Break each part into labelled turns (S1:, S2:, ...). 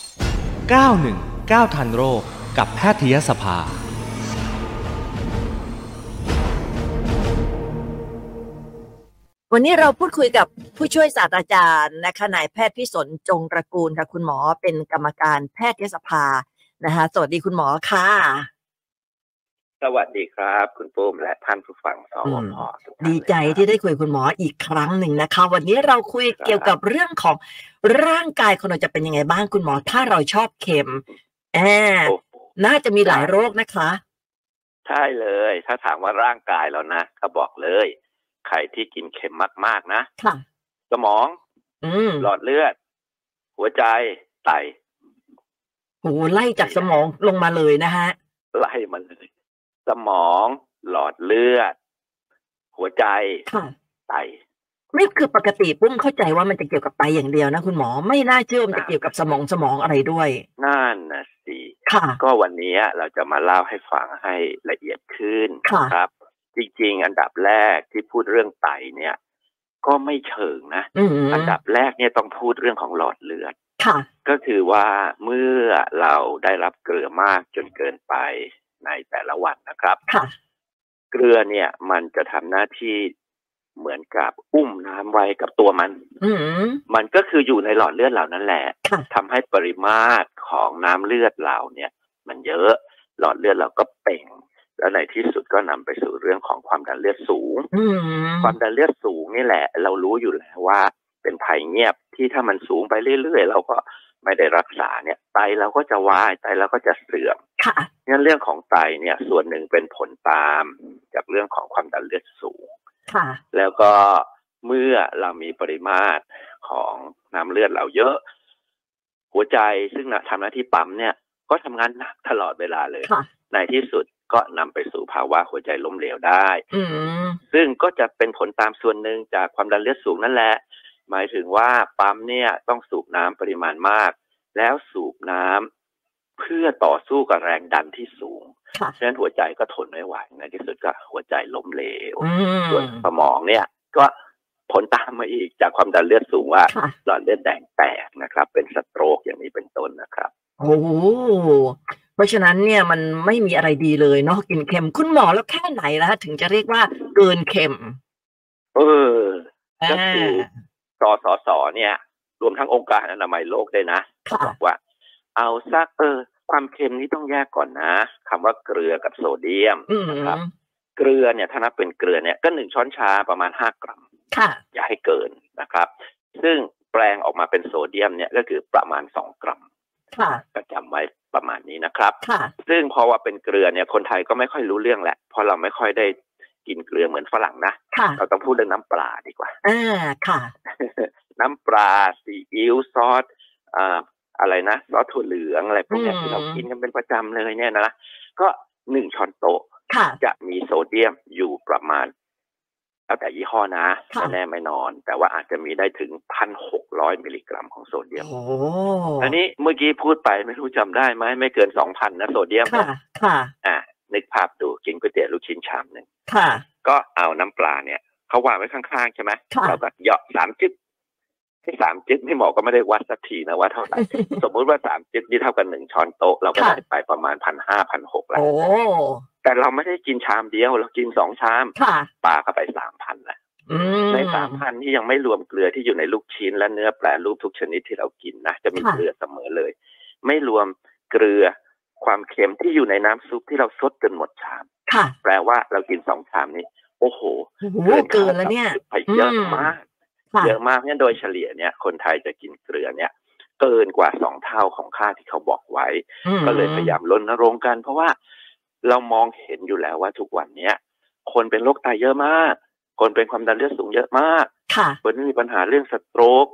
S1: 919 ทันโรคกับแพทยสภา
S2: วันนี้เราพูดคุยกับผู้ช่วยศาสตราจารย์นะคะนายแพทย์พิสนจงตระกูลค่ะคุณหมอเป็นกรรมการแพทยสภานะคะสวัสดีคุณหมอค่ะ
S3: สวัสดีครับ คุณปุ้มและท่านผู้ฟังส
S2: อื
S3: ว
S2: ม
S3: พทุกท่าน
S2: ดีใจ
S3: เลยครับ
S2: ที่ได้คุยกับคุณหมออีกครั้งหนึ่งนะคะ วันนี้เราคุยเกี่ยวกับเรื่องของร่างกายคนเราจะเป็นยังไงบ้างคุณหมอ ถ้าเราชอบเข็มแอบ
S3: โอ้โห
S2: น่าจะมีหลายโรคนะคะ
S3: ใช่เลย ถ้าถามว่าร่างกายแล้วนะก็บอกเลย ใครที่กินเค็มมากๆนะ
S2: ค่ะ
S3: สมอง
S2: อืม
S3: หลอดเลือด หัวใจไต
S2: โหไล่จากสมองลงมาเลยนะฮะ
S3: ไล่มันเลย สมองหลอดเลือด หัวใจ
S2: ค่ะ
S3: ไต
S2: ไม่คือปกติปุ้มเข้าใจว่ามันจะเกี่ยวกับไตอย่างเดียวนะคุณหมอไม่น่าเชื่อมันจะ
S3: ครับ
S2: เกี่ยวกับสมองสมองอะไรด้วย
S3: นั่นนะสิ
S2: ค่ะ
S3: ก็วันนี้เราจะมาเล่าให้ฟังให้ละเอียดขึ้น
S2: ค่ะ
S3: ครับ จริงๆ อันดับแรกที่พูดเรื่องไตเนี่ย ก็ไม่เชิงนะ
S2: อืม
S3: อันดับแรกเนี่ยต้องพูดเรื่องของหลอดเลือด
S2: ค่ะ
S3: ก็คือว่าเมื่อเราได้รับเกลือมากจนเกินไปในแต่ละวันนะครับ
S2: ค่ะ
S3: เกลือเนี่ยมันจะทำหน้าที่เหมือนกับอุ้มน้ำไว้กับตัวมัน
S2: อืม
S3: มันก็คืออยู่ในหลอดเลือดเหล่านั้นแหละ
S2: ค่ะ
S3: ทำให้ปริมาตรของน้ำเลือดเราเนี่ย มันเยอะหลอดเลือดเราก็เป่ง แล้วในที่สุดก็นำไปสู่เรื่องของความดันเลือดสูง
S2: อืม
S3: ความดันเลือดสูงนี่แหละ เรารู้อยู่แล้วว่าเป็นภัยเงียบที่ถ้ามันสูงไปเรื่อยๆ เราก็ไม่ได้รักษาเนี่ย ไตเราก็จะวายไตเราก็จะเสื่อม
S2: ค่ะ
S3: งั้นเรื่องของไตเนี่ยส่วนหนึ่งเป็นผลตามจากเรื่องของความดันเลือดสูง
S2: ค่ะ
S3: แล้วก็เมื่อเรามีปริมาตรของน้ำเลือดเราเยอะ หัวใจซึ่งทำหน้าที่ปั๊มเนี่ย ก็ทำงานหนักตลอดเวลาเลย
S2: ค่ะ
S3: ในที่สุดก็นำไปสู่ภาวะหัวใจล้มเหลวได้
S2: อืม
S3: ซึ่งก็จะเป็นผลตามส่วนหนึ่งจากความดันเลือดสูงนั่นแหละ หมายถึงว่าปั๊มเนี่ยต้องสูบน้ำปริมาณมาก แล้วสูบน้ำเพื่อต่อสู้กับแรงดันที่สูง
S2: ค่ะ
S3: ฉะนั้นหัวใจก็ทนไม่ไหวในที่สุดก็หัวใจล้มเหลว
S2: อืม
S3: ส่วนสมองเนี่ยก็ผลตามมาอีกจากความดันเลือดสูงว่า
S2: ค่ะ
S3: หลอดเลือดแดงแตกนะครับ เป็นสโตรกอย่างนี้เป็นต้นนะครับ
S2: โอ้โหเพราะฉะนั้นเนี่ยมันไม่มีอะไรดีเลยเนาะกินเค็มคุณหมอแล้วแค่ไหนแล้วถึงจะเรียกว่าเกินเค็ม
S3: เออ ก็คือ
S2: อ
S3: สอสอสอเนี่ย รวมทั้งองค์การอนามัยโลกด้วยนะ
S2: ่าค่ะ
S3: บอกว่าเอาสักเออ ความเค็มนี่ต้องแยกก่อนนะคำว่าเกลือกับโซเดียม
S2: อืม
S3: นะครับ เกลือเนี่ยถ้านับเป็นเกลือเนี่ยก็หนึ่งช้อนชาประมาณห้ากรัม
S2: ค่ะ
S3: อย่าให้เกินนะครับ ซึ่งแปลงออกมาเป็นโซเดียมเนี่ยก็คือประมาณสองกรัม
S2: ค่ะ
S3: ก็จำไว้ประมาณนี้นะครับ
S2: ค่ะ
S3: ซึ่งพอว่าเป็นเกลือเนี่ยคนไทยก็ไม่ค่อยรู้เรื่องแหละเพราะเราไม่ค่อยได้กินเกลือเหมือนฝรั่งนะ
S2: ค่ะ
S3: เราต้องพูดเรื่องน้ำปลาดีกว่า
S2: อ่าค่ะ
S3: น้ำปลาซีอิ๊วซอสอ่าอะไรนะซอสถั่วเหลืองอะไรพวกเนี้ย
S2: อืม
S3: ที่เรากินกันเป็นประจำเลยเนี่ยนะ ก็หนึ่งช้อนโต๊ะ
S2: ค่ะ
S3: จะมีโซเดียมอยู่ประมาณแล้วแต่ยี่ห้อนะ
S2: ค่ะ
S3: แน่ๆไม่นอน แต่ว่าอาจจะมีได้ถึงพันหกร้อยมิลลิกรัมของโซเดียม
S2: โอ้
S3: อันนี้เมื่อกี้พูดไปไม่รู้จำได้ไหมไม่เกินสองพันนะโซเดียม
S2: ค่ะ ค่ะ
S3: อ่ะนึกภาพดูกินก๋วยเตี๋ยวลูกชิ้นชามหนึ่ง
S2: ค่ะ
S3: ก็เอาน้ำปลาเนี่ยเขาวางไว้ข้างๆใช่ไหม
S2: ค่ะ
S3: เราก็เหยาะสามจิ๊บที่สามจิ๊บไม่หมอก็ไม่ได้วัดสักทีนะว่าเท่าไหร่ สมมุติว่าสามจิ๊บนี่เท่ากันหนึ่งช้อนโต๊ะเราก็
S2: ค่ะ
S3: ได้ไปประมาณพันห้าพันหกแล้ว
S2: โอ้
S3: แต่เราไม่ได้กินชามเดียว เรากินสองชาม
S2: ค่ะ
S3: ปลาเข้าไปสามพันแล้ว
S2: อืม
S3: ในสามพันที่ยังไม่รวมเกลือที่อยู่ในลูกชิ้นและเนื้อแปรรูปทุกชนิดที่เรากินนะจะมี
S2: ค่ะ
S3: เกลือเสมอเลย ไม่รวมเกลือความเค็มที่อยู่ในน้ำซุปที่เราซดจนหมดชาม
S2: ค่ะ
S3: แปลว่าเรากินสองชามนี้ โอ้โห
S2: โอ้โหเกินแล้วเนี่ย
S3: ไปเยอะมาก
S2: ค่ะ
S3: เยอะมากเนี่ยโดยเฉลี่ยเนี่ยคนไทยจะกินเกลือเนี่ย เกินกว่าสองเท่าของค่าที่เขาบอกไว้
S2: อื
S3: ก็เลยพยายามรณรงค์กัน เพราะว่าเรามองเห็นอยู่แล้วว่าทุกวันเนี้ยคนเป็นโรคไตเยอะมาก คนเป็นความดันเลือดสูงเยอะมาก
S2: ค่ะ
S3: คนที่มีปัญหาเรื่องสโตรก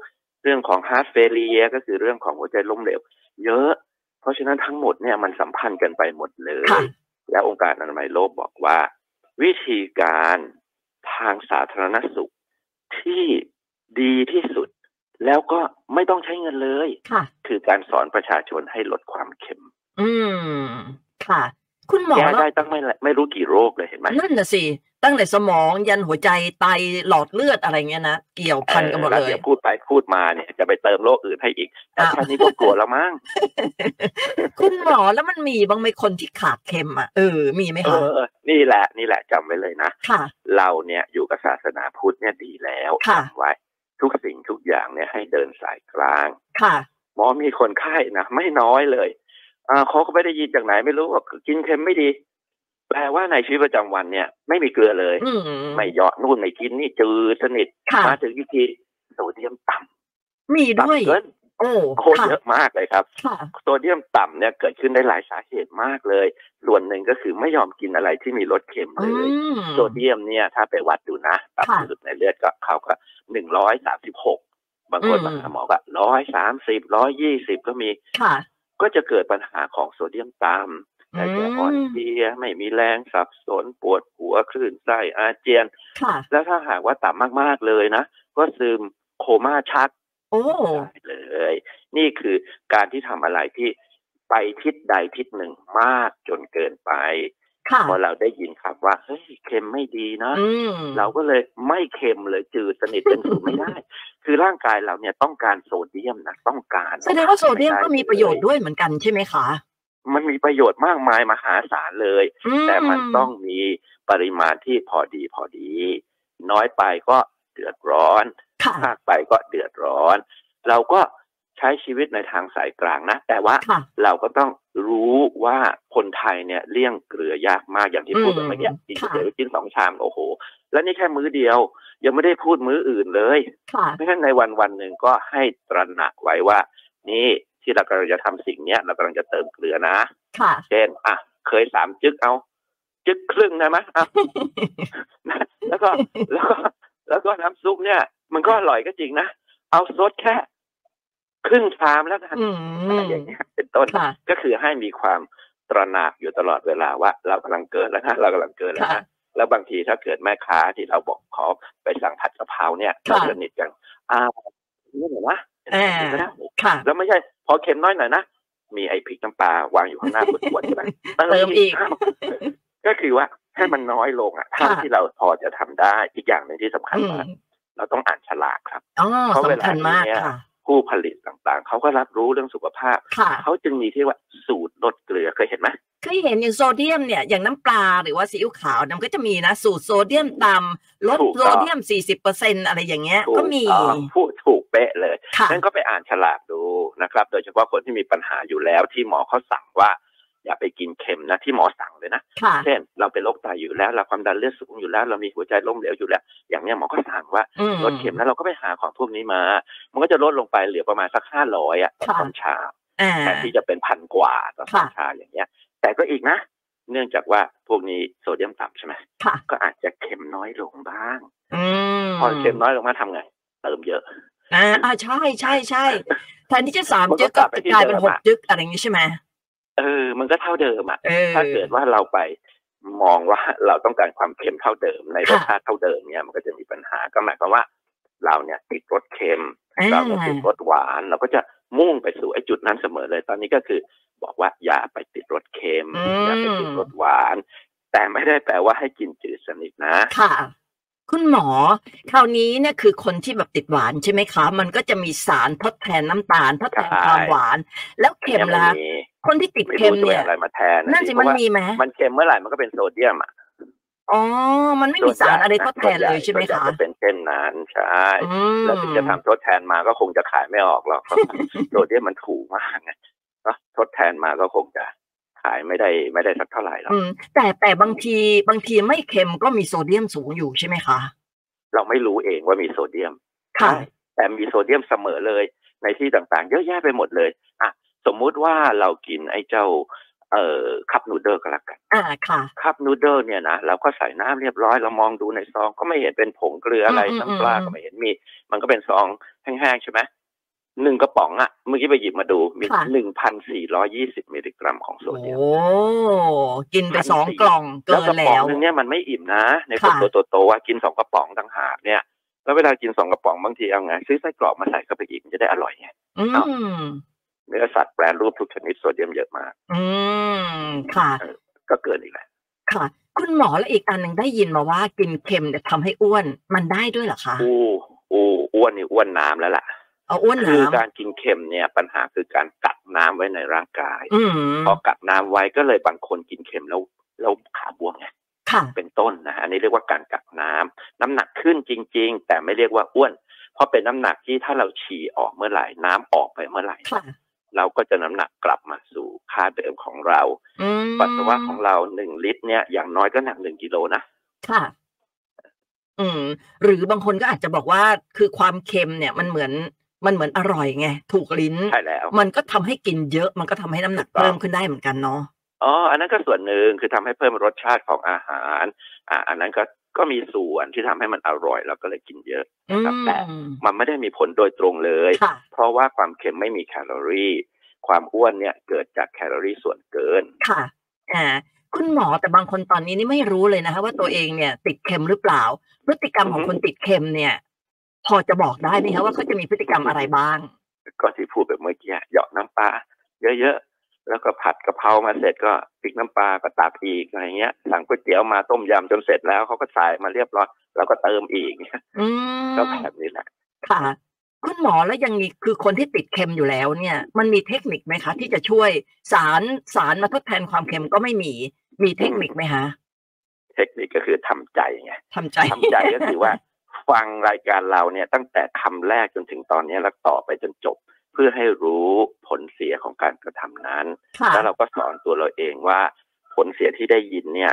S3: เรื่องของฮาร์ f เฟ l ี r e ก็คือเรื่องของหัวใจล้มเหลวเยอะ เพราะฉะนั้นทั้งหมดเนี่ยมันสัมพันธ์กันไปหมดเลย
S2: ค่ะ
S3: และองค์การอนามัยโลกบอกว่า วิธีการทางสาธารณสุขที่ดีที่สุด แล้วก็ไม่ต้องใช้เงินเลย
S2: ค่ะ
S3: คือการสอนประชาชนให้ลดความเค็ม
S2: อืม ค่ะ คุณหมอ
S3: แก้
S2: เน
S3: ได้
S2: อะ
S3: ตั้งไม่ละไม่รู้กี่โรคเลยเห็นไหม
S2: นั่นน่ะสิ ตั้งแต่สมองยันหัวใจไตหลอดเลือดอะไรเงี้ยนะเกี่ยวพันกันหมด
S3: เออ
S2: เล
S3: แวย ดี๋ยวพูดไปพูดมาเนี่ยจะไปเติมโรคอื่นให้อีกแต่
S2: อ่ะ
S3: ท่านนี้ก็กลัวแล้วมั้ง
S2: คุณหมอแล้วมันมีบ้างไหมคนที่ขาดเค็มอ่ะเออมีไหม
S3: เอ
S2: คะ
S3: อ นี่แหละนี่แหละจำไว้เลยนะ
S2: ค่ะ
S3: เราเนี่ยอยู่กับศาสนาพุทธเนี่ยดีแล้ว
S2: ค่ะ
S3: จำไว้ ทุกสิ่งทุกอย่างเนี่ยให้เดินสายกลาง
S2: ค่ะ
S3: หมอมีคนไข้นะ ไม่น้อยเลยอ่าเขาก็ไม่ได้ยินจากไหนไม่รู้ว่ากินเค็มไม่ดี แปลว่าในชีวิตประจำวันเนี่ย ไม่มีเกลือเลย
S2: อืม
S3: ไม่เหยอดนู่นไม่กินนี่จืดสนิท
S2: ค่ะ
S3: มาถึงอีกทีโซเดียมต่
S2: มี
S3: ำ
S2: ด้วย
S3: ต่ำเกิน
S2: โอ้
S3: โคตร
S2: ค่ะ
S3: เยอะมากเลยครับ
S2: ค่ะ
S3: โซเดียมต่ำเนี่ยเกิดขึ้นได้หลายสาเหตุมากเลย ส่วนหนึ่งก็คือไม่ยอมกินอะไรที่มีรสเค็มเล
S2: อื
S3: ย
S2: ม
S3: โซเดียมเนี่ยถ้าไปวัดดูนะตับ
S2: ค่ะ
S3: สุดในเลือดก็เขาก็หนึ่งร้อยสามสิบหกบางคน
S2: อืม
S3: มาหาหมอก็ร้อยสามสิบร้อยยี่สิบก็มี
S2: ค่ะ
S3: ก็จะเกิดปัญหาของโซเดียมต่ำแต่จะอ่อนเพลียไม่มีแรงสับสนปวดหัวคลื่นไส้อาเจียน
S2: ค่ะ
S3: แล้วถ้าหากว่าต่ำมากๆเลยนะ ก็ซึมโคม่าชัก
S2: โอ้
S3: ได้เลย นี่คือการที่ทำอะไรที่ไปทิศใดทิศหนึ่งมากจนเกินไป
S2: ค่ะ
S3: พอเราได้ยินคำว่าเฮ้ยเค็มไม่ดีนะ
S2: อืม
S3: เราก็เลยไม่เค็มเลยจืดสนิทเป็นสูตรไม่ ได้ คือร่างกายเราเนี่ยต้องการโซเดียมนะต้องการ
S2: แสดงว่าโซเดียมก็มีประโยชน์ด้วยเหมือนกันใช่ไหมคะ
S3: มันมีประโยชน์มากมายมหาศาลเลย
S2: อื
S3: แต่มันต้องมีปริมาณที่พอดีพอดี น้อยไปก็เดือดร้อน
S2: ค่ะ
S3: มากไปก็เดือดร้อน เราก็ใช้ชีวิตในทางสายกลางนะ แต่ว่า
S2: ค่ะ
S3: เราก็ต้องรู้ว่าคนไทยเนี่ยเลี่ยงเกลือยากมากอย่างที่พูดไปเมื่อกี้
S2: อืม
S3: กิน
S2: ค่ะ
S3: เดี๋ยวกินสองชามโอ้โห แล้วนี่แค่มื้อเดียว ยังไม่ได้พูดมื้ออื่นเลย
S2: ค่ะ
S3: เพราะฉะนั้นในวันวันหนึ่งก็ให้ตระหนักไว้ว่า นี่ที่เรากำลังจะทำสิ่งเนี้ยเรากำลังจะเติมเกลือนะ
S2: ค่ะ
S3: เช่นอ่ะเคยสามจึกเอา จึกครึ่งได้ไหมอ่ะ แล้วก็ แล้วก็แล้วก็น้ำซุปเนี่ย มันก็อร่อยก็จริงนะ เอาซดแค่ครึ่งชามแล้วกัน
S2: อื
S3: อะไร
S2: ม
S3: อย่างเงี้ยเป็นต้น
S2: ค่ะ
S3: ก็คือให้มีความตระหนักอยู่ตลอดเวลาว่า เรากำลังเกิดแล้วนะเรากำลังเกิดแล้ว
S2: ค่ะ
S3: นะแล้วบางทีถ้าเกิดแม่ค้าที่เราบอกขอไปสั่งผัดกะเพราเนี่ย
S2: ค่ะ
S3: เราสนิทกันอ้าวนี่เหรอวะ
S2: แอ
S3: เห็นไหมนะ
S2: ค่ะ
S3: แล้วไม่ใช่ พอเค็มน้อยหน่อยนะ มีไอ้พริกน้ำปลาวางอยู่ข้างหน้าปวดๆใช่ไหม
S2: เติมอีก
S3: าวก็คือว่าให้มันน้อยลงอ่ะเท่า
S2: ค่ะ
S3: ที่เราพอจะทำได้อีกอย่างหนึ่งที่สำคัญ
S2: อืม
S3: มากเราต้องอ่านฉลากครับ
S2: อ๋อ
S3: เพราะเวลา
S2: สำคัญมาก
S3: เนี่ย
S2: ค่ะ
S3: ผู้ผลิตต่างๆเขาก็รับรู้เรื่องสุขภาพ
S2: ค่ะ
S3: เขาจึงมีที่ว่าสูตรลดเกลือเคยเห็นไหม
S2: เคยเห็นอย่างโซเดียมเนี่ยอย่างน้ำปลาหรือว่าซีอิ๊วขาวน้ำก็จะมีนะ สูตรโซเดียมต่ำลด
S3: ถูกต้อง
S2: โซเดียม 40เปอร์เซ็นอะไรอย่างเงี้ย
S3: ถู
S2: ก็มี
S3: อ่าพูดถูกเป๊ะเลย
S2: ค่ะ
S3: นั่นก็ไปอ่านฉลากดูนะครับ โดยเฉพาะคนที่มีปัญหาอยู่แล้วที่หมอเขาสั่งว่า อย่าไปกินเค็มนะที่หมอสั่งเลยนะ
S2: ค่ะ
S3: เช่น เราเป็นโรคไตอยู่แล้ว เราความดันเลือดสูงอยู่แล้ว เรามีหัวใจล้มเหลวอยู่แล้ว อย่างเนี้ยหมอก็สั่งว่า
S2: อืม
S3: ลดเค็มแล้วเราก็ไปหาของพวกนี้มา มันก็จะลดลงไปเหลือประมาณสักห้าร้อยอ่ะต่อ
S2: ค่ะ
S3: สองชาม
S2: อ่า
S3: แทนที่จะเป็นพันกว่าต่อสอง
S2: ค่ะ
S3: ชามอย่างเงี้ย แต่ก็อีกนะ เนื่องจากว่าพวกนี้โซเดียมต่ำใช่ไหม
S2: ค่ะ
S3: ก็อาจจะเค็มน้อยลงบ้าง
S2: อืม
S3: พอเค็มน้อยลงมาทำไงเติมเยอะ
S2: อ่าอ่าใช่ใช่ใช่ แทนที่จะสาม
S3: มันก็
S2: จึกก็
S3: กลับไป
S2: จะ
S3: ที่
S2: กลายเป็น
S3: เดิม
S2: หก
S3: อะ
S2: จึกอะไรอย่างนี้ใช่ไหม
S3: เออ มันก็เท่าเดิมอ่ะ
S2: เออ
S3: ถ้าเกิดว่าเราไปมองว่าเราต้องการความเค็มเท่าเดิม ในร
S2: ค่ะ
S3: สชาติเท่าเดิมเนี่ยมันก็จะมีปัญหาก็หมายความว่า เราเนี่ยติดรสเค็ม
S2: อ่า
S3: เราเนี่ยติดรสหวาน เราก็จะมุ่งไปสู่ไอ้จุดนั้นเสมอเลย ตอนนี้ก็คือบอกว่าอย่าไปติดรสเค็มอย่าไปติดรสหวาน แต่ไม่ได้แปลว่าให้กินจืดสนิทนะ
S2: ค่ะ คุณหมอ คราวนี้เนี่ยคือคนที่แบบติดหวานใช่ไหมคะ มันก็จะมีสารทดแทนน้ำตาลทดแทนค
S3: ใช่
S2: วามหวาน แล้วเค็มละ
S3: อันนี้
S2: คนที่ติด
S3: ไม่
S2: เค็ม
S3: รู้จะ
S2: เนี่ย
S3: เป็นอะไรมาแทน
S2: นั่นสิ
S3: เพ
S2: มัน
S3: ราะว่า
S2: มีไหม
S3: มันเค็มเมื่อไหร่มันก็เป็นโซเดียมอ่ะ
S2: อ๋อ มันไม่มีสารอะไรทดแทน
S3: ส่ว
S2: เลยใช่ไหม
S3: ส่วน
S2: คะ
S3: ญ่ก็เป็นเช่นนั้นใช่
S2: อืม
S3: แล้วถึงจะทำทดแทนมาก็คงจะขายไม่ออกหร อกเพราะ โดดเดี่ยมมันถูกมากไงเนอะ ทดแทนมาก็คงจะขายไม่ได้ไม่ได้สักเท่าไหร่หรอก
S2: อืมแต่แต่บางทีบางทีไม่เค็มก็มีโซเดียมสูงอยู่ใช่ไหมคะ
S3: เราไม่รู้เองว่ามีโซเดียม
S2: ค่ะ
S3: แต่มีโซเดียมเสมอเลย ในที่ต่างๆ เยอะแยะไปหมดเลยอ่ะสมมุติว่าเรากินไอ้เจ้า เอ่อคัพนูเดิลก็แล้วกัน
S2: อ่าค่ะ
S3: คัพนูเดิลเนี่ยนะเราก็ใส่น้ำเรียบร้อยเรามองดูในซองก็ไม่เห็นเป็นผงเกลืออะไร
S2: อืมอืม
S3: น้ำปลา
S2: อืม
S3: ก็ไม่เห็นมี มันก็เป็นซองแห้งๆใช่ไหมหนึ่งกระป๋องอะเมื่อกี้ไปหยิบมาดูมี
S2: ค่ะ
S3: หนึ่งพันสี่ร้อยี่สิบมิลลิกรัมของโซ
S2: โอ้
S3: เดียม
S2: กินไป
S3: พัน
S2: ส
S3: สี่
S2: องกล่องเกิ
S3: แล้วก
S2: น
S3: ระป๋อ
S2: แล้
S3: ง
S2: ว
S3: นึงเนี่ยมันไม่อิ่มนะ ในคน
S2: ค่ะ
S3: ตัวโตๆว่ากินสองกระป๋องต่างหากเนี่ย แล้วเวลากินสองกระป๋องบางทีเอาไงซื้อไส้กรอกมาใส่เข้าไปอีกมันจะได้อร่อยไง
S2: อืม
S3: เนื้อสัตว์แปรรูปทุกชนิดโซเดียมเยอะมาก
S2: อืม ค่ะ
S3: เออ ก็เกินอีกแหละ
S2: ค่ะ คุณหมอและอีกอันหนึ่งได้ยินมาว่ากินเค็มเนี่ยทำให้อ้วนมันได้ด้วยเหรอคะ
S3: อู้อู้อ้วนนี่อ้วนน้ำแล้วล่ะ
S2: เอาอ้วน
S3: คือ
S2: น้ำ
S3: การกินเค็มเนี่ยปัญหาคือการกักน้ำไว้ในร่างกาย
S2: อืม
S3: พอกักน้ำไว้ก็เลยบางคนกินเค็มแล้วแล้วขาบวมไง
S2: ค่ะ
S3: เป็นต้นนะฮะอันนี้เรียกว่าการกักน้ำน้ำหนักขึ้นจริง ๆ แต่ไม่เรียกว่าอ้วน เพราะเป็นน้ำหนักที่ถ้าเราฉี่ออกเมื่อไหร่น้ำออกไปเมื่อไหร่
S2: ค่ะ
S3: เราก็จะน้ำหนักกลับมาสู่ค่าเดิมของเรา
S2: อืม
S3: ปัสสาวะของเราหนึ่งลิตรเนี่ยอย่างน้อยก็หนักหนึ่งกิโลนะ
S2: ค่ะ อืม หรือบางคนก็อาจจะบอกว่าคือความเค็มเนี่ย มันเหมือนมันเหมือนอร่อยไงถูกลิ้น
S3: ใช่แล้ว
S2: มันก็ทำให้กินเยอะ มันก็ทำให้น้ำหนัก
S3: ถูกต้อง
S2: เพิ่มขึ้นได้เหมือนกันเนาะ
S3: อ๋อ อันนั้นก็ส่วนหนึ่งคือทำให้เพิ่มรสชาติของอาหาร อ่า อันนั้นก็ ก็มีส่วนที่ทำให้มันอร่อยแล้วก็เลยกินเยอะ
S2: อื
S3: ครับแต่
S2: ม
S3: มันไม่ได้มีผลโดยตรงเลย
S2: ค่ะ
S3: เพราะว่าความเค็มไม่มีแคลอรี่ ความอ้วนเนี่ยเกิดจากแคลอรี่ส่วนเกิน
S2: ค่ะ อ่า คุณหมอแต่บางคนตอนนี้นี่ไม่รู้เลยนะคะว่าตัวเองเนี่ย ติดเค็มหรือเปล่า พฤติกรรมของ
S3: อือฮึ
S2: คนติดเค็มเนี่ย พอจะบอกได้ไหมคะว่าเขาจะมีพฤติกรรมอะไรบ้าง
S3: ก็ที่พูดแบบเมื่อกี้เหยาะน้ำปลาเยอะๆ แล้วก็ผัดกะเพรามาเสร็จก็พริกน้ำปลาก็ตักอีกอะไรเงี้ย สั่งก๋วยเตี๋ยวมาต้มยำจนเสร็จแล้วเขาก็ใส่มาเรียบร้อยแล้วก็เติมอีกเนี่ย
S2: อืม
S3: ก็แบบนี้แหละ
S2: ค่ะ คุณหมอแล้วยังมีคือคนที่ติดเค็มอยู่แล้วเนี่ย มันมีเทคนิคไหมคะ ที่จะช่วยสารสารมาทดแทนความเค็มก็ไม่มี มีเทคนิคไหมคะ
S3: เทคนิคก็คือทำใจไง
S2: ทำใจ
S3: ทำใจก็คือว่า ฟังรายการเราเนี่ยตั้งแต่คำแรกจนถึงตอนนี้แล้วต่อไปจนจบ เพื่อให้รู้ผลเสียของการกระทำนั้น
S2: ค่ะ
S3: แล้วเราก็สอนตัวเราเองว่า ผลเสียที่ได้ยินเนี่ย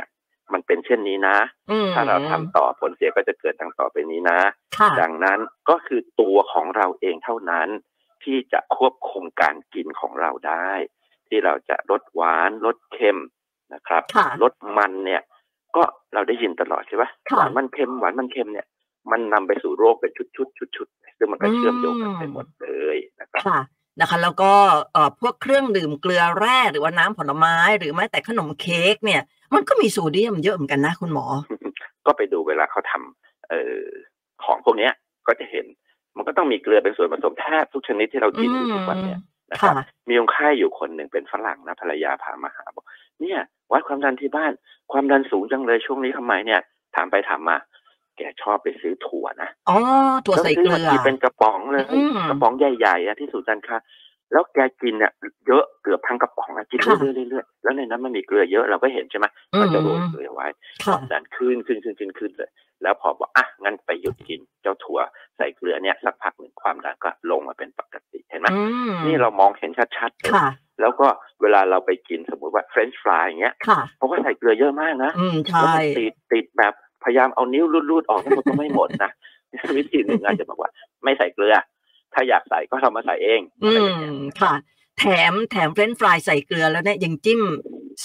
S3: มันเป็นเช่นนี้นะ
S2: อืม
S3: ถ้าเราทำต่อผลเสียก็จะเกิดดังต่อไปนี้นะ
S2: ค่ะ
S3: ดังนั้นก็คือตัวของเราเองเท่านั้น ที่จะควบคุมการกินของเราได้ ที่เราจะลดหวานลดเค็มนะครับ
S2: ค่ะ
S3: ลดมันเนี่ย ก็เราได้ยินตลอดใช่ปะ
S2: ค่ะ
S3: หวานมันเค็มหวานมันเค็มเนี่ยมันนำไปสู่โรคเป็นชุดๆชุดๆซึ่งมันก็เชื่อมโยงกันไป
S2: อืม
S3: หมดเลยนะครับ
S2: ค่ะนะคะแล้วก็เอ่อพวกเครื่องดื่มเกลือแร่หรือว่าน้ำผลไม้หรือแม้แต่ขนมเค้กเนี่ย มันก็มีโซเดียมเยอะเหมือนกันนะคุณหมอ
S3: ก็ไปดูเวลาเขาทำเอ่อของพวกเนี้ยก็จะเห็น มันก็ต้องมีเกลือเป็นส่วนผสมแทบทุกชนิดที่เรากินอยู่ทุกวันเนี่ยนะครั
S2: ค่ะ
S3: บ มีคนไข้อยู่คนหนึ่งเป็นฝรั่งนะภรรยาพามาหาบอกเนี่ย วัดความดันที่บ้าน ความดันสูงจังเลยช่วงนี้ทำไมเนี่ย ถามไปถามมา แกชอบไปซื้อถั่วนะ
S2: อ๋อถั่วใส่เกลื
S3: แว
S2: อ
S3: ซื้มากินเป็นกระป๋องเลย
S2: อืม
S3: กระป๋องใหญ่ๆอะที่สุดจันค่ะแล้วแกกินเนี่ยเยอะเกือบทั้งกระป๋องอะกิน
S2: ค่ะ
S3: เรื่อยๆเรื่อยๆแล้วในนั้นมันมีเกลือเยอะเราก็เห็นใช่ไหม
S2: อื
S3: มั
S2: ม
S3: จะรวมเกลือไว้
S2: ค่ะ
S3: ดันขึ้นขึ้นขึ้นขึ้นขึ้นเลย แล้วพอบอกอ่ะงั้นไปหยุดกินเจ้าถั่วใส่เกลือเนี่ยสักพักหนึ่งความดันก็ลงมาเป็นปกติเห็นไหม
S2: อืม
S3: นี่เรามองเห็นชัดๆเลย
S2: ค่ะ
S3: แล้วก็เวลาเราไปกินสมมุติว่าเฟรนช์ฟรายอย่างเงี้ย
S2: ค่ะ
S3: เขาก็ใส่เกลือเยอะมากนะ
S2: อืม
S3: แล้ว
S2: ใช่
S3: มันติดติดแบบพยายามเอานิ้วรูดๆออกทั้งหมดก็ไม่หมดนะ วิธีหนึ่งอาจจะบอกว่า ไม่ใส่เกลือ ถ้าอยากใส่ก็ทำมาใส่เอง
S2: อื
S3: อะไรอย่างเงี้ย
S2: มค่ะ แถมแถมเฟรนช์ฟรายใส่เกลือแล้วเนี่ยยังจิ้ม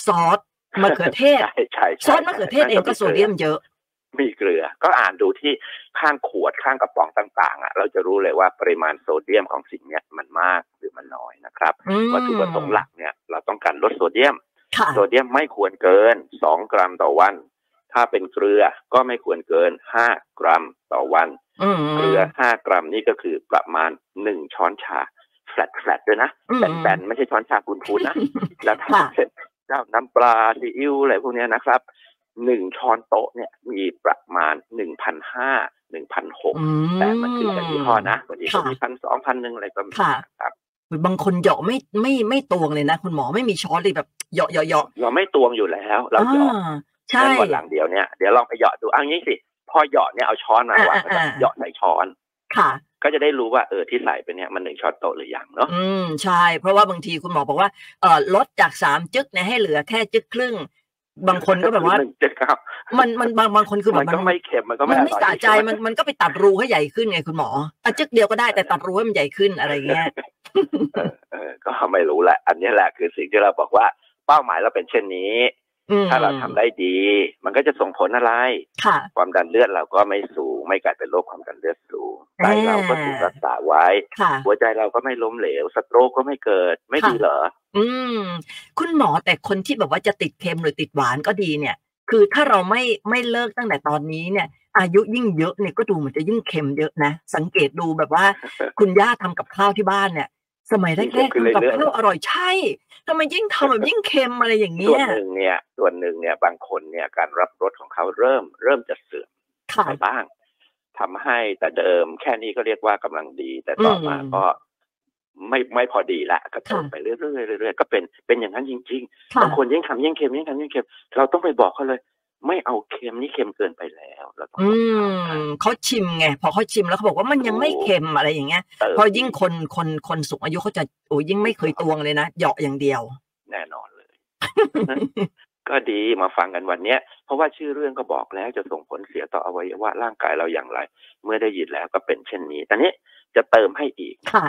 S2: ซอสมะเขือเทศ
S3: ใช่ใช่
S2: ซ
S3: ใช่
S2: อสมะเขือเทศเองก็โซเดียมเยอะ
S3: มีเกลือ ก็อ่านดูที่ข้างขวดข้างกระป๋องต่าง ๆ อ่ะ เราจะรู้เลยว่าปริมาณโซเดียมของสิ่งเนี้ยมันมากหรือมันน้อยนะครับ
S2: อืม
S3: วัตถุประสงค์หลักเนี่ย เราต้องการลดโซเดียม
S2: ค่ะ
S3: โซเดียมไม่ควรเกิน 2 กรัมต่อวัน ถ้าเป็นเกลือก็ไม่ควรเกิน 5 กรัมต่อวัน
S2: อืม
S3: เกลือ 5 กรัมนี่ก็คือประมาณ 1 ช้อนชา แฟลตแฟลตด้วยนะ
S2: อืม
S3: แบนๆไม่ใช่ช้อนชาคูณๆ นะ แล้ว
S2: ค่ะ
S3: ทำเสร็จเจ้าน้ำปลาซีอิ๊วอะไรพวกเนี้ยนะครับหนึ่งช้อนโต๊ะเนี่ยมีประมาณ 1 5 0 0 1 6 0
S2: อื
S3: 0
S2: ม
S3: แต่มันคือกันที่ข้อนะวันนี้ก็
S2: ค่ะ
S3: มีพันสองพันหนึ่งอะไรก็มี
S2: ค่ะ
S3: ครับ
S2: บางคนเหยาะไม่ไม่ไม่ตวงเลยนะ คุณหมอไม่มีช้อนเลยแบบเหยาะเหยาะเหยาะ
S3: เราไม่ตวงอยู่แล้ว เราเหยาะ
S2: อ่าใช่
S3: งั้นวันหลังเดียวเนี่ยเดี๋ยวลองไปเหยาะดูเอางี้สิ พอเหยาะเนี่ยเอาช้อนมาวางไว้ก่อน
S2: อ่าๆ
S3: เหยาะใส่ช้อน
S2: ค่ะ
S3: ก็จะได้รู้ว่าเออที่ใส่ไปเนี่ยมันหนึ่งช้อนโต๊ะหรือยังเนาะ
S2: อืมใช่ เพราะว่าบางทีคุณหมอบอกว่าเออลดจากสามจึกเนี่ยให้เหลือแค่จึกครึ่ง บางคนก็แบบว่า
S3: หนึ่งเจ็ดเก้า
S2: มันมันบางบางคนคือแบบ
S3: มันก็ไม่เค็มมันก็
S2: มั
S3: ไม่
S2: น
S3: อร่อย
S2: ไม่สะใจมันมันก็ไปตัดรูให้ใหญ่ขึ้นไงคุณหมออะจึกเดียวก็ได้แต่ตัดรูให้มันใหญ่ขึ้นอะไรเงี้ย
S3: เออก็ไม่รู้แหละ อันนี้แหละคือสิ่งที่เราบอกว่าเป้าหมายเราเป็นเช่นนี้
S2: อืม
S3: ถ้าเราทำได้ดี มันก็จะส่งผลอะไร
S2: ค่ะ
S3: ความดันเลือดเราก็ไม่สูง ไม่กลายเป็นโรคความดันเลือดสูงไต
S2: อ่า
S3: เราก็ถูกรักษาไว้
S2: ค่ะ
S3: หัวใจเราก็ไม่ล้มเหลวสโตรกก็ไม่เกิดไม่ดีเหรอ
S2: อืม คุณหมอแต่คนที่แบบว่าจะติดเค็มหรือติดหวานก็ดีเนี่ย คือถ้าเราไม่ไม่เลิกตั้งแต่ตอนนี้เนี่ย อายุยิ่งเย อะเนี่ยก็ดูเหมือนจะยิ่งเค็มเยอะนะ สังเกตดูแบบว่า คุณย่าทำกับข้าวที่บ้านเนี่ย สมัยแรกๆ
S3: ขึ้น
S2: ทำกับ
S3: เรื่อยๆ
S2: ข้าวอร่อยใช่ทำไมยิ่งทำแบบยิ่งเค็มอะไรอย่าง
S3: ส่ว
S2: เงี้
S3: น
S2: ย
S3: หนึ่งเนี่ยส่วนหนึ่งเนี่ยบางคนเนี่ยการรับรสของเขาเริ่ม เริ่มจะเสื่อม
S2: ค่ะ
S3: ไปบ้างทำให้แต่เดิมแค่นี้ก็เรียกว่ากำลังดี แต่ต่อมา
S2: อืม
S3: ก็ไม่ไม่พอดีละกระเติม
S2: ค่ะ
S3: ไปเรื่อยๆเรื่อยๆก็เป็นเป็นอย่างนั้นจริงๆ
S2: ค่ะ
S3: บางคนยิ่งทำยิ่งเค็มยิ่งทำยิ่งเค็มเราต้องไปบอกเขาเลย ไม่เอาเค็มนี่เค็มเกินไปแล้วเราต้อง
S2: อืมเขาชิมไงพอเขาชิมแล้วเขาบอกว่ามันยังไม่เค็มอะไรอย่างเงี้ย
S3: เติม
S2: พอยิ่งคนคนคนสูงอายุเขาจะโอ้ยิ่งไม่เคยตวงเลยนะเหยาะอย่างเดียว
S3: แน่นอนเลย ก็ดีมาฟังกันวันเนี้ย เพราะว่าชื่อเรื่องก็บอกแล้วจะส่งผลเสียต่ออวัยวะร่างกายเราอย่างไร เมื่อได้ยินแล้วก็เป็นเช่นนี้แต่นี้จะเติมให้อีก
S2: ค่ะ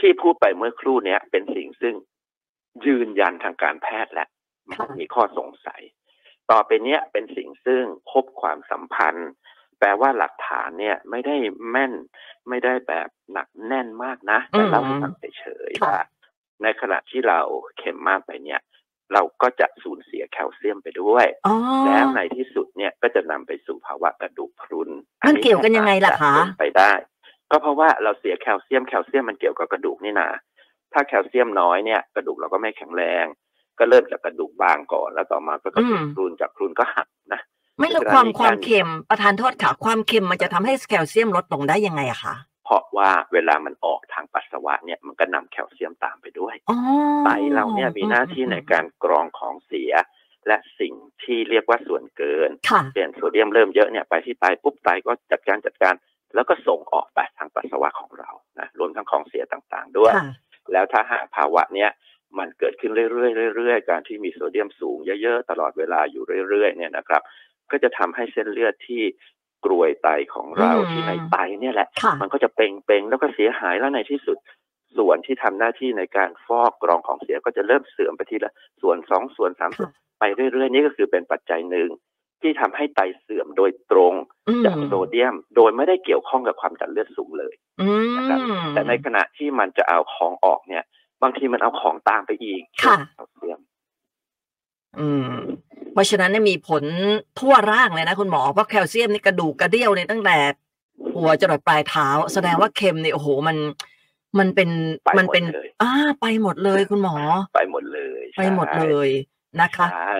S3: ที่พูดไปเมื่อครู่เนี้ยเป็นสิ่งซึ่งยืนยันทางการแพทย์และ
S2: ค่ะ
S3: มีข้อสงสัย ต่อไปเนี้ยเป็นสิ่งซึ่งพบความสัมพันธ์ แปลว่าหลักฐานเนี่ยไม่ได้แม่น ไม่ได้แบบหนักแน่นมากนะแต่เราให้ฟังเฉยๆว่าในขณะที่เราเข็มมากไปเนี่ย เราก็จะสูญเสียแคลเซียมไปด้วย
S2: อ๋อ
S3: แล้วในที่สุดเนี่ยก็จะนำไปสู่ภาวะกระดูกพรุนอั
S2: มันเกี่ยวกันยังไงล่ะคะ
S3: อาจจเป็นไปได้ ก็เพราะว่าเราเสียแคลเซียมแคลเซียมมันเกี่ยวกับกระดูกนี่นาถ้าแคลเซียมน้อยเนี่ยกระดูกเราก็ไม่แข็งแรง ก็เริ่มจากกระดูกบางก่อนแล้วต่อมาก็กระดูกพรุนจากพรุนก็หักนะ
S2: ไม่ละ
S3: เวลา
S2: ความ
S3: มี
S2: ความ
S3: การ
S2: เค็มประธานโทษค่ะ ความเค็มมันจะทำให้แคลเซียมลดลงได้ยังไงอะคะ
S3: เพราะว่าเวลามันออกทางปัสสาวะเนี่ยมันก็นำแคลเซียมตามไปด้วย
S2: อ๋อ
S3: ไตเราเนี่ยมีหน้าที่ในการกรองของเสีย และสิ่งที่เรียกว่าส่วนเกิน
S2: ค่ะ
S3: เปลี่ยนโซเดียมเริ่มเยอะเนี่ยไปที่ไตปุ๊บไตก็จัดการจัดการ แล้วก็ส่งออกไปทางปัสสาวะของเรานะรวมทั้งของเสียต่างๆ ด้วย
S2: ค่ะ
S3: แล้วถ้าหากภาวะเนี้ยมันเกิดขึ้นเรื่อยๆเรื่อยๆการที่มีโซเดียมสูงเยอะๆตลอดเวลาอยู่เรื่อยๆเนี่ยนะครับ ก็จะทำให้เส้นเลือดที่กรวยไตของเรา
S2: อืม
S3: ที่ในไตเนี่ยแหละ
S2: ค่ะ
S3: มันก็จะเป่งๆแล้วก็เสียหายแล้วในที่สุด ส่วนที่ทำหน้าที่ในการฟอกกรองของเสียก็จะเริ่มเสื่อมไปทีละส่วนสองส่วนสามส่วนไปเรื่อยๆนี่ก็คือเป็นปัจจัยหนึ่ง ที่ทำให้ไตเสื่อมโดยตรง
S2: อืม
S3: จากโซเดียม โดยไม่ได้เกี่ยวข้องกับความดันเลือดสูงเลย
S2: อื
S3: นะครับ
S2: ม
S3: แต่ในขณะที่มันจะเอาของออกเนี่ย บางทีมันเอาของตามไปอีก
S2: ค่ะ
S3: เช่นแคลเซียม
S2: อืม เพราะฉะนั้นเนี่ยมีผลทั่วร่างเลยนะคุณหมอ เพราะแคลเซียมนี่กระดูกกระเดี่ยวเนี่ยตั้งแต่หัวจรดปลายเท้า แสดงว่าเค็มเนี่ยโอ้โหมัน มันเป็น
S3: ไปหมด
S2: มัเป็น
S3: เลย
S2: อ่าไปหมดเลยคุณหมอ
S3: ไปหมดเลย
S2: ไปหมดเลยนะคะ
S3: ใช่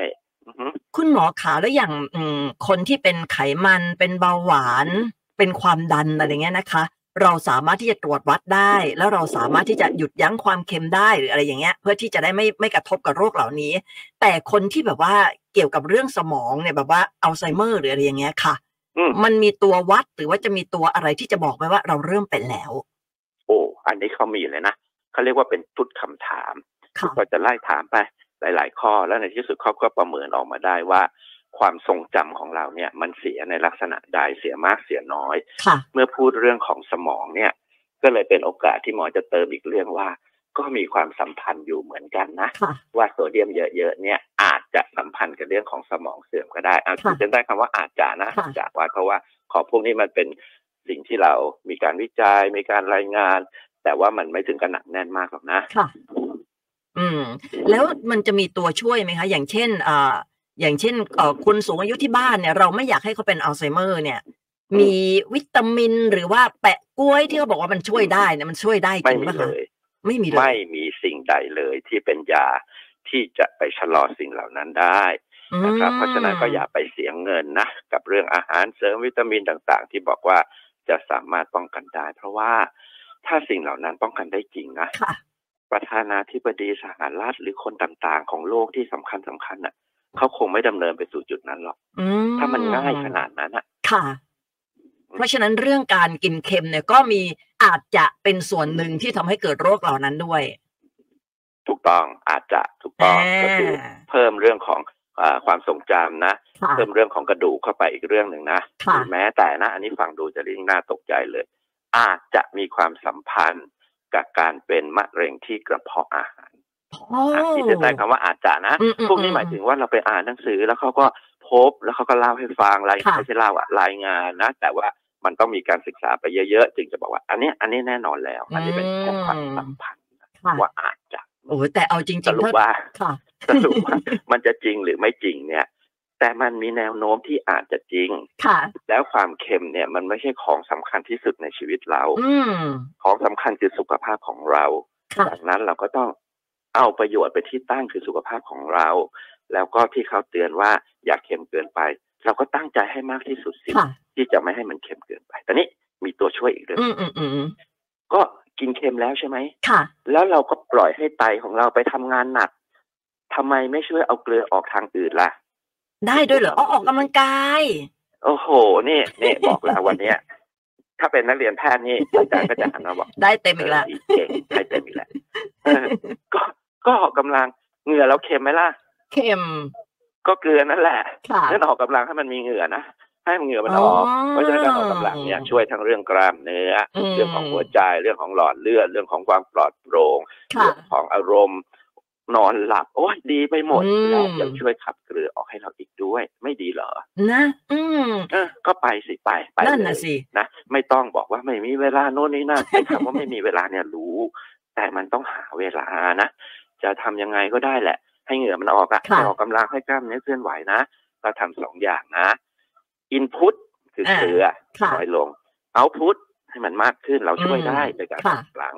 S3: อือฮึ
S2: คุณหมอขาแล้วอย่างอืมคนที่เป็นไขมันเป็นเบาหวาน เป็นความดันอะไรเงี้ยนะคะ เราสามารถที่จะตรวจวัดได้ แล้วเราสามารถที่จะหยุดยั้งความเค็มได้หรืออะไรอย่างเงี้ย เพื่อที่จะได้ไม่ไม่กระทบกับโรคเหล่านี้ แต่คนที่แบบว่าเกี่ยวกับเรื่องสมองเนี่ยแบบว่าอัลไซเมอร์หรืออะไรอย่างเงี้ยค่ะ
S3: อืม
S2: มันมีตัววัดหรือว่าจะมีตัวอะไรที่จะบอกไหมว่าเราเริ่มเป็นแล้ว
S3: โอ้อันนี้เขามีเลยนะเขาเรียกว่าเป็นชุดคำถาม
S2: ค่ะ
S3: ก็จะไล่ถามไปหลาย ๆ ข้อแล้วในที่สุดเขาก็ประเมินออกมาได้ว่า ความทรงจำของเราเนี่ย มันเสียในลักษณะใดเสียมากเสียน้อย
S2: ค่ะ
S3: เมื่อพูดเรื่องของสมองเนี่ย ก็เลยเป็นโอกาสที่หมอจะเติมอีกเรื่องว่า ก็มีความสัมพันธ์อยู่เหมือนกันนะ
S2: ค่ะ
S3: ว่าโซเดียมเยอะ ๆ เนี่ยอาจจะสัมพันธ์กับเรื่องของสมองเสื่อมก็ได้เอา
S2: ค่ะ
S3: ขีดเส้นใต้คำว่าอาจจะนะ
S2: ค่ะ
S3: อาจจะว่าเพราะว่าของพวกนี้มันเป็นสิ่งที่เรามีการวิจัยมีการรายงาน แต่ว่ามันไม่ถึงกับหนักแน่นมากหรอกนะ
S2: ค่ะ อืม แล้วมันจะมีตัวช่วยไหมคะ อย่างเช่นเอ่ออย่างเช่นเอ่อคนสูงอายุที่บ้านเนี่ย เราไม่อยากให้เขาเป็นอัลไซเมอร์ เนี่ย มีวิตามินหรือว่าแปะกล้วยที่เขาบอกว่ามันช่วยได้เนี่ยมันช่วยได้จ
S3: ไม่
S2: ริง
S3: มี
S2: ปะ
S3: เล
S2: คะ
S3: ย
S2: ไม่มีเล
S3: ไม่
S2: ย
S3: มีสิ่งใดเลยที่เป็นยาที่จะไปชะลอสิ่งเหล่านั้นได้นะครับ เพราะฉะนั้นก็อย่าไปเสียเงินนะ กับเรื่องอาหารเสริมวิตามินต่างๆ ที่บอกว่าจะสามารถป้องกันได้ เพราะว่าถ้าสิ่งเหล่านั้นป้องกันได้จริงนะ
S2: ค่ะ
S3: ประธานาธิบดีสหรัฐหรือคนต่างๆ ของโลกที่สำคัญสำคัญน่ะเขาคงไม่ดำเนินไปสู่จุดนั้นหรอก
S2: อื
S3: ถ้ามันง่ายขนาดนั้นอ่ะ
S2: ค่ะ เพราะฉะนั้นเรื่องการกินเค็มเนี่ยก็มีอาจจะเป็นส่วนหนึ่งที่ทำให้เกิดโรคเหล่านั้นด้วย
S3: ถูกต้องอาจจะถูกต้อง
S2: อ่า
S3: ก็คือเพิ่มเรื่องของอาความทรงจำนะ
S2: ค่ะ
S3: เพิ่มเรื่องของกระดูกเข้าไปอีกเรื่องหนึ่งนะ
S2: ค่ะ
S3: หรือแม้แต่นะ อันนี้ฟังดูจะยิ่งน่าตกใจเลย อาจจะมีความสัมพันธ์กับการเป็นมะเร็งที่กระเพาะอาหาร
S2: อ๋อ
S3: อ่ะที่จะใช้คำว่าอาจจะนะ
S2: อืมอืม
S3: พวกนี้หมายถึงว่าเราไปอ่านหนังสือแล้วเขาก็พบแล้วเขาก็เล่าให้ฟังราย
S2: ค่ะ
S3: ไม่ใช่เล่าอะรายงานนะ แต่ว่ามันต้องมีการศึกษาไปเยอะๆ จึงจะบอกว่า อันเนี้ยอันนี้แน่นอนแล้ว อันนี้เป็นแค่ความสัมพันธ์นะ
S2: ค่ะ
S3: ว่าอาจจะ
S2: โอ้ยแต่เอาจริง
S3: ส
S2: ๆ
S3: รุป
S2: ถ้า
S3: ว่า
S2: ค่ะ
S3: สรุปว่ามันจะจริงหรือไม่จริงเนี่ย แต่มันมีแนวโน้มที่อาจจะจริง
S2: ค่ะ
S3: แล้วความเค็มเนี่ยมันไม่ใช่ของสำคัญที่สุดในชีวิตเรา
S2: อืม
S3: ของสำคัญคือสุขภาพของเรา
S2: ค่ะ
S3: จากนั้นเราก็ต้องเอาประโยชน์ไปที่ตั้งคือสุขภาพของเรา แล้วก็ที่เขาเตือนว่าอย่าเค็มเกินไป เราก็ตั้งใจให้มากที่สุดสิ
S2: ค่ะ
S3: ที่จะไม่ให้มันเค็มเกินไปแต่นี้มีตัวช่วยอีกเรื่อง
S2: อืมอืมอืม
S3: ก็กินเค็มแล้วใช่ไหม
S2: ค่ะ
S3: แล้วเราก็ปล่อยให้ไตของเราไปทำงานหนักทำไมไม่ช่วยเอาเกลือออกทางอื่นล่ะ
S2: ได้ด้วยเหรออ๋อออกกำลังกาย
S3: โอ้โห นี่นี่บอกแล้ววันเนี้ย ถ้าเป็นนักเรียนแพทย์นี่อาจารย์ก็จะหันมาบอก
S2: ได้เต็มอีกแล้ว
S3: เอีเก่งให้เต็มอีกแล้วเออก็ก็ออกกำลังเหงื่อเราเค็มไหมล่ะ
S2: เค็ม
S3: ก็เกลือนั่นแหละ
S2: ค่ะ
S3: นั่นออกกำลังให้มันมีเหงื่อนะให้เหงื่อมันออก
S2: อ๋อ
S3: เพราะฉะนั้นการออกกำลังเนี่ยช่วยทั้งเรื่องกล้ามเนื้ออ
S2: ม
S3: เรื่องของหัวใจเรื่องของหลอดเลือดเรื่องของความปลอดโปร่ง
S2: ค่ะ
S3: เรื่องของอารมณ์ นอนหลับ โอ้ยดีไปหมด
S2: อืม
S3: แล้วยังช่วยขับเกลือออกให้เราอีกด้วย ไม่ดีเหรอ
S2: นะ อืม
S3: เออก็ไปสิไปไป
S2: นั่น
S3: เล
S2: น่ะ
S3: ย
S2: สิ
S3: นะไม่ต้องบอกว่าไม่มีเวลาโน่นนี่นั่น ไอ้คำว่าไม่มีเวลาเนี่ยรู้ แต่มันต้องหาเวลานะจะทำยังไงก็ได้แหละ ให้เหงื่อมันออกอะ
S2: ค่ะ
S3: ให้ออกกำลังให้กล้ามเนื้อเคลื่อนไหวนะเราทำสองอย่างนะอินพุตคืออา เกลือ
S2: ค่ะ
S3: น้อยลงเอาพุตให้มันมากขึ้นเราช่วย
S2: อืม
S3: ได้ในการ
S2: ค่ะ
S3: ออกกำลัง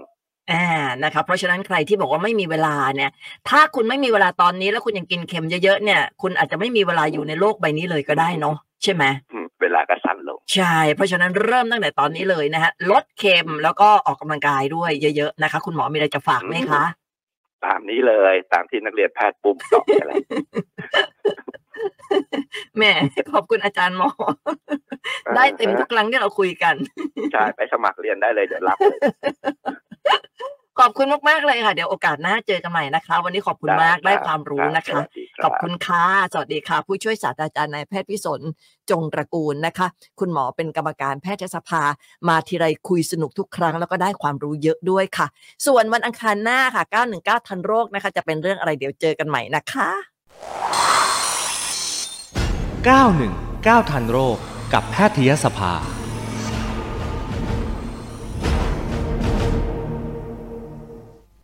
S2: อ่านะคะเพราะฉะนั้นใครที่บอกว่าไม่มีเวลาเนี่ย ถ้าคุณไม่มีเวลาตอนนี้แล้วคุณยังกินเค็มเยอะๆเนี่ย คุณอาจจะไม่มีเวลาอยู่ในโลกใบนี้เลยก็ได้เนาะใช่ไหม
S3: อืมเวลาก็สั้นลง
S2: ใช่เพราะฉะนั้นเริ่มตั้งแต่ตอนนี้เลยนะฮะลดเค็มแล้วก็ออกกำลังกายด้วยเยอะๆนะคะ คุณหมอมีอะไรจะฝากไหมคะ
S3: ตามนี้เลยตามที่นักเรียนแพทย์ปุ๊บตอบอะไร
S2: แหม่ ขอบคุณอาจารย์หมอ
S3: อ่า
S2: ได้เต็มทุกครั้งที่เราคุยกัน
S3: ใช่ไปสมัครเรียนได้เลยเดี๋ยวรับเลย
S2: ขอบคุณมากๆเลยค่ะ เดี๋ยวโอกาสหน้าเจอกันใหม่นะคะ วันนี้ขอบคุณมากได้ความรู้นะคะ
S3: สวัสดีรั
S2: ขอบคุณค่ะ สวัสดีค่ะ ผู้ช่วยศาสตราจารย์นายแพทย์พิสนจงตระกูลนะคะ คุณหมอเป็นกรรมการแพทยสภา มาทีไรคุยสนุกทุกครั้งแล้วก็ได้ความรู้เยอะด้วยค่ะ ส่วนวันอังคารหน้าค่ะ 919 ทันโรคนะคะ จะเป็นเรื่องอะไรเดี๋ยวเจอกันใหม่นะคะ
S1: 919 ทันโรคกับแพทยสภา